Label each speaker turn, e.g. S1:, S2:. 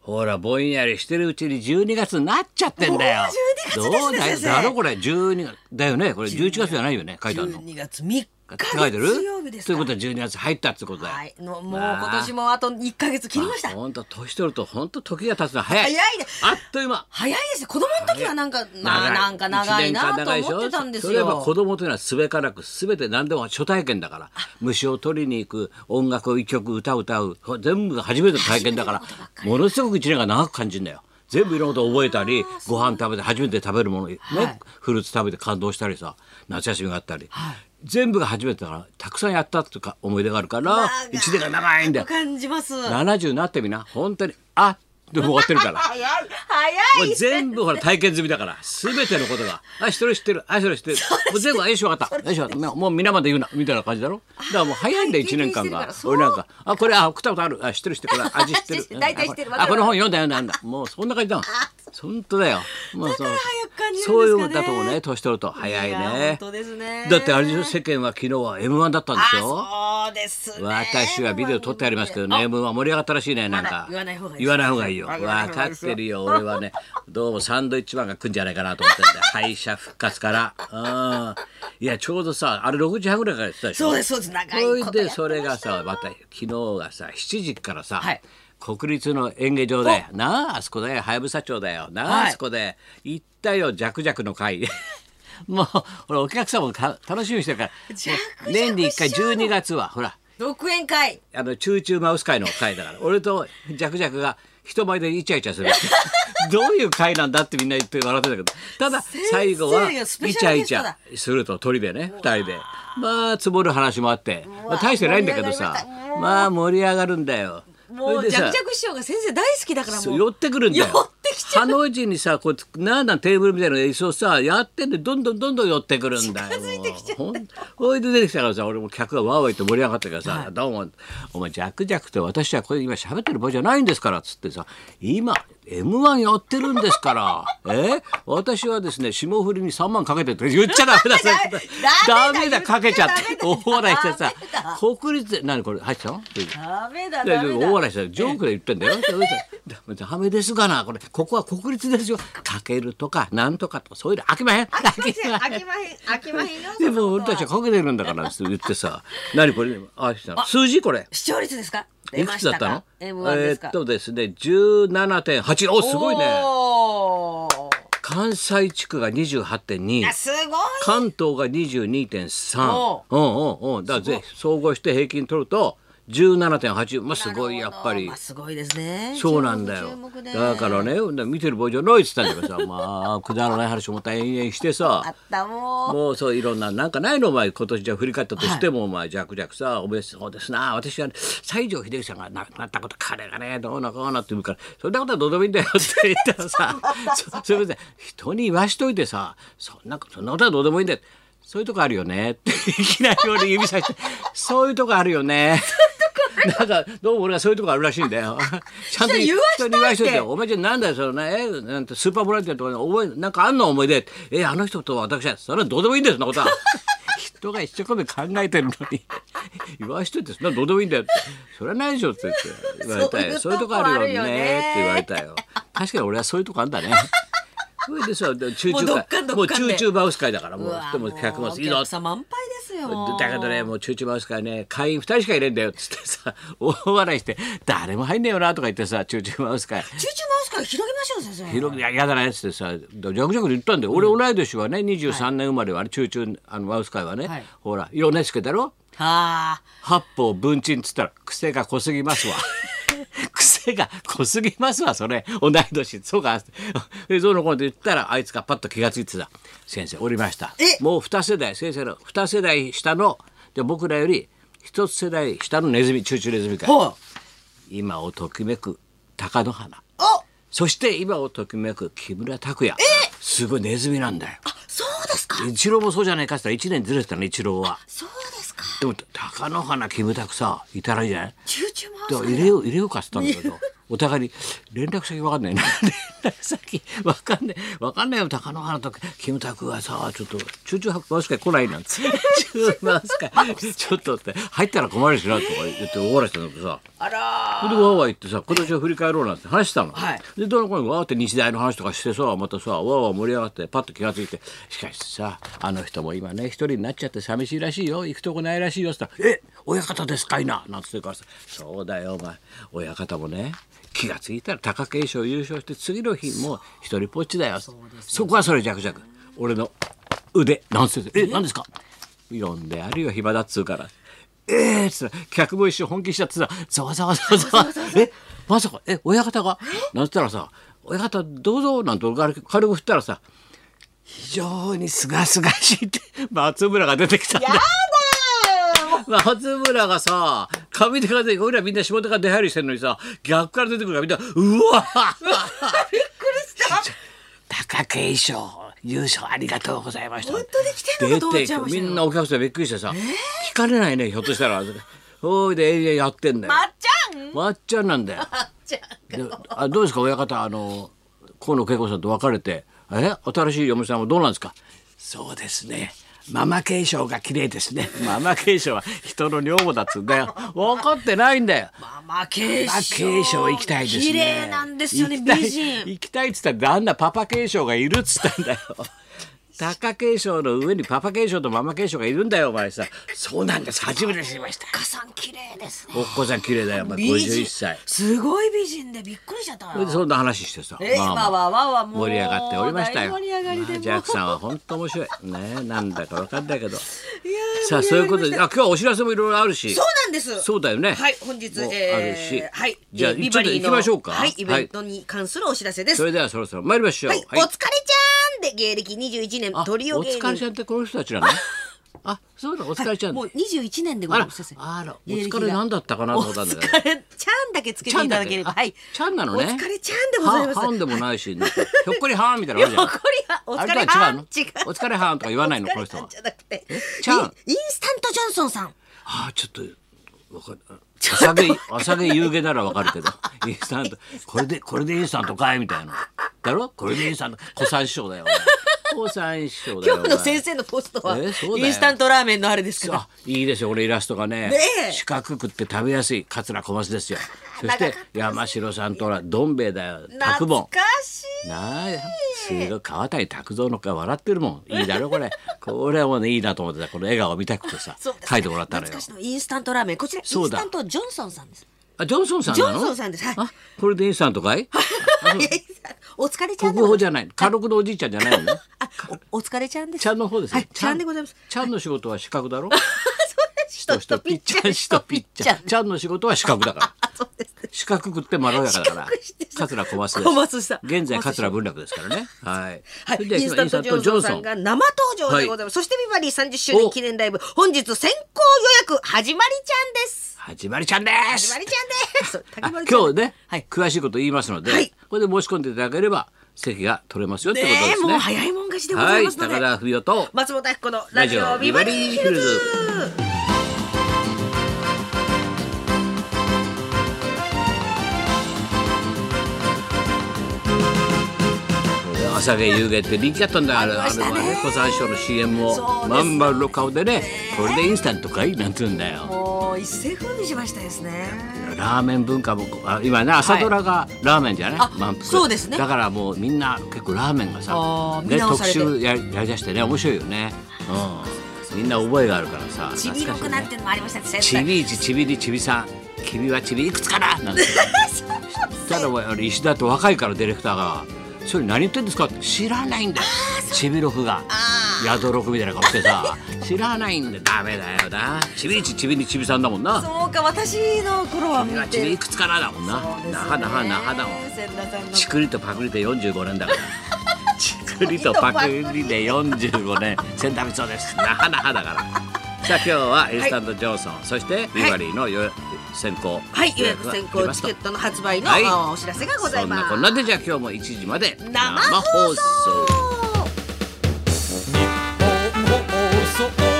S1: ほらぼんやりしてるうちに12月になっちゃってんだよ
S2: もう12月ですね
S1: どうだよ
S2: 先生
S1: だろこれ12月だよねこれ11月じゃないよね書いてあるの
S2: 12月3日
S1: って書いてる
S2: 月曜日です
S1: という
S2: か
S1: ことは12月入ったってことだよ、
S2: はいのもう今年もあと1か月切りました
S1: 本当年取ると本当時が経つの早い
S2: 早いね
S1: あっという間
S2: 早いですよ子供の時はなんかまあなんか長いなと思ってたんです
S1: それは
S2: よ
S1: 子供というのはすべからくすべて何でも初体験だから虫を取りに行く音楽を一曲歌を歌う全部が初めての体験だからものすごく一年が長く感じるんだよ全部いろんなこと覚えたりご飯食べて初めて食べるもの、ね
S2: はい
S1: フルーツ食べて感動したりさ夏休みがあったり、全部が初めてだからたくさんやったとか思い出があるから一年が長いんだよ
S2: 感じます早い
S1: 70になってみな本当にあっで終わってるから。も
S2: 早
S1: う
S2: い
S1: 全部ほら体験済みだから全てのことが「あ一人知ってるあ一人知ってる」もう全部「あよし分かったよし分かったもう皆まで言うな」みたいな感じだろだからもう早いんだよ
S2: あー
S1: 1年間
S2: 経験してるか
S1: が
S2: らそう
S1: 俺なんか「あこれあ食ったことあるあ知ってる知ってるこれ 味知って
S2: 知って
S1: る
S2: る大体知ってる
S1: あこ
S2: わか
S1: あ
S2: る
S1: この本読んだ読んだ読んだ」もうそんな感じだもん本当だよもうそう
S2: だから早く感じるんですかね
S1: そういうもんだと思うね年取ると早い
S2: いや
S1: ね
S2: 本当ですね
S1: だってあれでしょ世間は昨日は m 1だったんですよ
S2: あそうですね
S1: 私はビデオ撮ってありますけどね、M1 は盛り上がったらしいね、なんか。
S2: 言わない方がいいです
S1: 言わない方がいいよ。
S2: 言わない
S1: 分
S2: 方
S1: か
S2: がいい
S1: っ
S2: です
S1: てるよ、俺はね、どうもサンドイッチマンが来るんじゃないかなと思ってん だよ。敗者復活から。うん。いや、ちょうどさ、あれ6時半ぐらいからやってたでしょ。
S2: そうですそうです長いこと
S1: そ
S2: や
S1: れ
S2: ってま
S1: で、
S2: した
S1: それがさ、また昨日がさ、7時からさ
S2: はい、
S1: 国立の演芸場で、なあ、あそこで、はやぶさ町だよ。なあ、
S2: はい
S1: あそこで、行ったよ、弱々の会。 もう、ほら、お客さんもか楽しみにしてるから、
S2: 弱々
S1: 年に1回
S2: しちゃうの
S1: 12月は、ほら、
S2: 独演会
S1: あの、チューチューマウス会の会だから、俺とジャクジャクが人前でイチャイチ ャする。どういう会なんだってみんな言って笑ってたけど、ただ
S2: 生
S1: 最後はイ
S2: がスペ
S1: チ
S2: シャ
S1: ャ
S2: ル
S1: イ
S2: ゲス
S1: チ
S2: ト
S1: ャ
S2: だ
S1: すると鳥でね、二人で。まあ、積もる話もあって、まあ、大してないんだけどさ
S2: 盛り上がりました、
S1: まあ盛り上がるんだよ。
S2: も
S1: そうれ
S2: ジ
S1: で
S2: ャ
S1: さ
S2: クジャク師匠が先生大好きだから
S1: そ
S2: も
S1: う
S2: う
S1: 寄ってくるんだよ。
S2: 寄ってきちゃ
S1: ハ
S2: う
S1: の字にさ、こうなんなんテーブルみたいな椅子をさ、やってんで、どんどんどんどん寄ってくるんだよ。
S2: 近づいてきちゃった
S1: ほんほいで出てきたからさ、俺も客がわーわー言って盛り上がったからさ、どうも、お前、ジャックジャックと私はこれ今喋ってる場合じゃないんですから、つってさ、今、M1 やってるんです から、え私はですね、霜降りに3万かけてって言っちゃダメだ、
S2: ダメ
S1: ダ
S2: だ
S1: メだ、かけちゃって
S2: ダメ、だ
S1: 大笑いしてさ
S2: ダメだ、
S1: 国立で、何これ、入ってたの
S2: ダメだ
S1: で
S2: ダメだ
S1: 大笑いしたらジョークで言ってんだよ。それでダメですがなこれここは国立ですよ。かけるとかなんとかとかそういうの飽きまへん。
S2: 飽きません飽きまへん飽きまへんよ
S1: で
S2: そ
S1: も
S2: ん
S1: 俺
S2: なこと
S1: た
S2: は
S1: ちはかけてるんだからって言ってさ何これあしたの数字これ。
S2: 視聴率ですか出
S1: いく
S2: ま
S1: つ
S2: し
S1: だ
S2: た
S1: ったの
S2: か？M1
S1: え
S2: です
S1: ー
S2: か
S1: っとですね17.8おすごいね
S2: おー
S1: 関西地区が28.2
S2: いやすごい
S1: 関東が22.3
S2: お
S1: うんうんうんだからぜ総合して平均取ると17.8まあすごいやっぱり
S2: まあ、すごいですね
S1: そうなんだよ
S2: 注目。で
S1: だからね、見てる場合じゃないって言ったんだけどさ、まあ、くだらない話をまた延々して
S2: あ
S1: さ
S2: っ。たもう
S1: もうそういろんななんかないのお前今年じゃ振り返ったとしても、お前ジャクジャクさおめでそうですな私は、西城秀樹さんが亡くなったこと彼がねどうのこうのって言うからそんなことはどうでもいいんだよって言ったら さそそれで人に言わしといてさそんなそんなことはどうでもいいんだよそういうとこあるよねっていきなり俺指さしてそういうとこあるよ ね。なんかどうも俺はそういうとこあるらしいんだよ。ちゃんと
S2: 言わしと
S1: 人
S2: いて
S1: に言わしといてお前じゃなんだよそのねえなんてスーパーボランティアとかに覚えなんかあんの思い出えあの人と私はそれはどうでもいいんだよそんな ことは人が一生懸命考えてるのに言わしといてそんなのどうでもいいんだよってそれはないでしょって言って言われたよ
S2: そういうとこ
S1: そう
S2: あ
S1: いうと
S2: る
S1: こ
S2: よ
S1: あるよね
S2: ね
S1: って言われたよ確かに俺はそういうとこあんだねそれでさで中
S2: もうど
S1: 中
S2: っかんど
S1: 会
S2: っ
S1: もう
S2: かんで
S1: 中中バウス会だからも
S2: う
S1: う
S2: わ
S1: でも客も
S2: もう
S1: いいぞ
S2: お客さん満杯ですよ
S1: だけどねもうチューチューマウス会ね会員2人しかいれんだよっつってさ大笑いして誰も入んねえよなとか言ってさチューチューマウス会
S2: 集中回すから広げましょう先生
S1: 広げいや嫌だなやつってさジャクジャクで言ったんだよ、俺同い年はね23年生まれはねチューチューあのマウス会はね、
S2: はい
S1: ほら米助だろ
S2: はあ
S1: 八方文鎮っつったら癖が濃すぎますわ癖が濃すぎますわそれ同い年そうかでその子で言ったらあいつがパッと気がついてさ「先生おりました
S2: え
S1: もう2世代先生の2世代下ので僕らより1つ世代下のネズミチューチューネズミか
S2: ほう
S1: 今をときめく貴乃花
S2: お
S1: そして今をときめく木村拓哉すごいネズミなんだよ
S2: あそうですか
S1: 一郎もそうじゃないかっつったら1年ずれてたね一郎は
S2: そうですか
S1: でも貴乃花木村拓さいたらいいじゃない
S2: 集中
S1: だか
S2: 回
S1: ら
S2: す
S1: 入れよう入れようかっつったんだけどお互いに連絡先わかんないな連絡先わかんないわかんないよ高野花とキムタクはさちょっとチューチューハッマスカ来ないなんてチューチューマウスカちょっとって入ったら困るしなとか言って大笑いしたんだけどさ
S2: あら
S1: それでワーワー言ってさ今年を振り返ろうなんて話したの、
S2: はい
S1: でどの子にわーって日大の話とかしてさまたさわーわー盛り上がってパッと気がついてしかしさあの人も今ね一人になっちゃって寂しいらしいよ行くとこないらしいよっつったら「え親方ですかいな」なんつってからさ「そうだよお前親方もね気がついたら貴景勝優勝して次の日もう一人ぽっちだよ」そこはそれ弱々俺の腕なんつって「え何ですか?」呼んであるよ暇だっつうから。えー、っつって客も一緒本気しちゃってさざわざわざわざわえまさかえ親方がなんつったらさ親方どうぞなんて俺から軽く振ったらさ非常にすがすがしいって松村が出てきたんだ松村がさ上手から出て俺らみんな下手から出入りしてんのにさ逆から出てくるからみんなうわ
S2: びっくりした
S1: 貴景勝優勝ありがとうございました
S2: 本当に来てんのかと思っちゃいました
S1: み
S2: よ
S1: んなお客さんびっくりしてさ、聞かれないねひょっとしたらそうでやってんだよ、
S2: まっちゃん
S1: まっちゃんなんだよ
S2: まっちゃん
S1: であどうですか親方あの河野恵子さんと別れてえ新しい嫁さんはどうなんですかそうですねママ継承が綺麗ですね ママ継承は人の女房だっつうんだよ分かってないんだよ
S2: ママ継
S1: パパ
S2: 承
S1: 継承行きたいですね
S2: 綺麗なんですよね
S1: 行きたい
S2: 美人
S1: 行きたいっつったら旦那パパ継承がいるっつったん だよ貴景勝の上にパパ継承とママ継承がいるんだよお前さそうなんです初めて知りました
S2: かさん綺麗ですね
S1: おっこさん綺麗だよお前
S2: 美人
S1: 51歳
S2: すごい美人でびっくりしちゃった
S1: それでそんな話してさ、
S2: えー
S1: まあまあ
S2: わわわわもう
S1: 盛り上がっておりましたよ。
S2: 大盛り上がりでもう
S1: ジャックさんは本当面白い。ねえ、なんだかわかんないけど。
S2: いやー
S1: さあ、
S2: 盛
S1: そう
S2: り
S1: いうこ
S2: 上が
S1: と
S2: りまし
S1: で、あ、
S2: た
S1: 今日はお知らせもいろいろあるし。
S2: そうなんです
S1: そうだよね。
S2: はい本日
S1: もうあるし
S2: えーはい
S1: じゃあ
S2: えービバリー
S1: ちょっと行き
S2: の
S1: ましょうか
S2: はいイ
S1: は
S2: ベ
S1: い
S2: ントに関するお知らせです
S1: それではそろそろ参りましょう。
S2: はい、お疲れちゃーんで芸歴21年
S1: あ
S2: トリオ芸
S1: お疲れち
S2: 人
S1: ゃんってこの人たちなの。あ、そうなの、お疲れちゃん。
S2: もう21年でご
S1: あ
S2: ざい
S1: ら
S2: ます先、生
S1: あら、お
S2: 芸歴が
S1: 疲れなんだったかなと
S2: お
S1: 思ったんだ
S2: 疲
S1: けど。
S2: れちゃんだけつけていただけ
S1: ち
S2: れば
S1: ゃんだけ
S2: はい
S1: ちゃんなのね
S2: お疲れちゃんでございます
S1: はんでもないし、なんかひょっこりはんみたいなのあるじゃん。
S2: これ はお
S1: あ
S2: 疲
S1: れと
S2: れ
S1: は
S2: は
S1: 違
S2: ん
S1: う
S2: 違
S1: の
S2: う。
S1: お疲れはんとか言わないの、この人
S2: お
S1: は
S2: 疲れはん。じゃなくて
S1: ちゃん
S2: インインスタントジョンソンさん
S1: ああちょっとわかる朝毛朝毛夕毛ならわかるけ どインスタントこれでこれでインスタントかいみたいなだろこれでインスタント小三師匠だよ お前小三師匠だよ
S2: 今日の
S1: お前
S2: 先生のポストは
S1: えーそうだよ
S2: インスタントラーメンのあれですから
S1: あいいですよ俺イラストがね
S2: ねえ
S1: 四角くって食べやすい桂小松ですよそし
S2: 長かってたです
S1: 山城さんとらどん兵衛だよたくぼ
S2: 懐
S1: ん
S2: かしい
S1: なあすごい川谷拓三の顔笑ってるもんいいだろこれこれはもうねいいなと思ってたこの笑顔見たくてさ
S2: そうです
S1: 書いてもらったのよ
S2: 懐かしのインスタントラーメンこちらイン
S1: そう
S2: ス
S1: だ
S2: タントジョンソンさんです
S1: あジョンソンさんなの
S2: ジョンソンさんですはい
S1: あこれでインスタントかい
S2: いやいや お疲れちゃ
S1: 国
S2: んでご
S1: 宝
S2: ざ
S1: じ
S2: い
S1: ゃない家禄のおじいちゃんじゃないのね
S2: ますあおお疲れちゃんです
S1: ちゃんの方ですよ
S2: はいちゃんでございます
S1: ちゃんの仕事は資格だろ
S2: そうです人
S1: ピッチャン人ピッチ
S2: 人
S1: ャンちゃんの仕事は資格だから
S2: あ そうです
S1: 資格食ってまろやかだから
S2: 四角してさ
S1: 桂小松です
S2: 小松さん
S1: 現在桂文楽ですからねはい
S2: はい、
S1: それで
S2: インスタントジョンソンさんが生登場でございます、そしてビバリー30周年記念ライブ本日先行予約始まりちゃんです
S1: 始まりちゃんで
S2: 始
S1: す
S2: まりちゃんです
S1: あ
S2: 竹 丸ちゃん
S1: 今日ね、
S2: はい
S1: 詳しいこと言いますので、
S2: はい
S1: これで申し込んでいただければ席が取れますよってことです
S2: ね
S1: ね
S2: えもう早いもん勝ちでございますので
S1: はい、高田文夫と
S2: 松本明子のラジオビバリーヒルズ
S1: 朝毛夕毛って人気だったんだあれ
S2: ありました
S1: あ
S2: ね
S1: れはね小三師匠の CM
S2: そう
S1: も
S2: です
S1: まん丸の顔でねこれでインスタントかいなんて言うんだよ
S2: もう一世風靡しましたですね
S1: ラーメン文化もあ今ね朝ドラがラーメンじゃない、
S2: あ
S1: 満腹
S2: そうですね
S1: だからもうみんな結構ラーメンがさ
S2: あー、
S1: ね、
S2: 見直
S1: 特
S2: されて
S1: 集ややりだしてね面白いよね、うん、みんな覚えがあるからさ
S2: ちびろく
S1: 懐か
S2: な
S1: しいね
S2: んてのもありましたね先
S1: ち
S2: 生
S1: びいちちびりちびさんきびはちびいくつかななんてただ俺石田と若いからディレクターが「それ何言ってんですか?」って知らないんだよちびろくがやどろくみたいな顔してさ知らないんだよダメだよなちびいちちびりちびさんだもんな
S2: そうか私の頃
S1: 「
S2: は
S1: ち
S2: 見
S1: びはち
S2: て
S1: びいくつかな」だもんな
S2: そうですね
S1: なかなかなかだもん
S2: 千田さんの
S1: チクリとパクリで45年だ からチクリとパクリで45年千田光夫ですなはなはだからさあ今日はインスタントジョンソン、そしてビバリーの予約先行
S2: はい予約先行チケットの発売の、
S1: はい
S2: あお知らせがござ
S1: そ
S2: い
S1: ん
S2: ます
S1: なこんなでじゃあ今日も1時まで
S2: 生放送
S1: 生放送
S3: 放送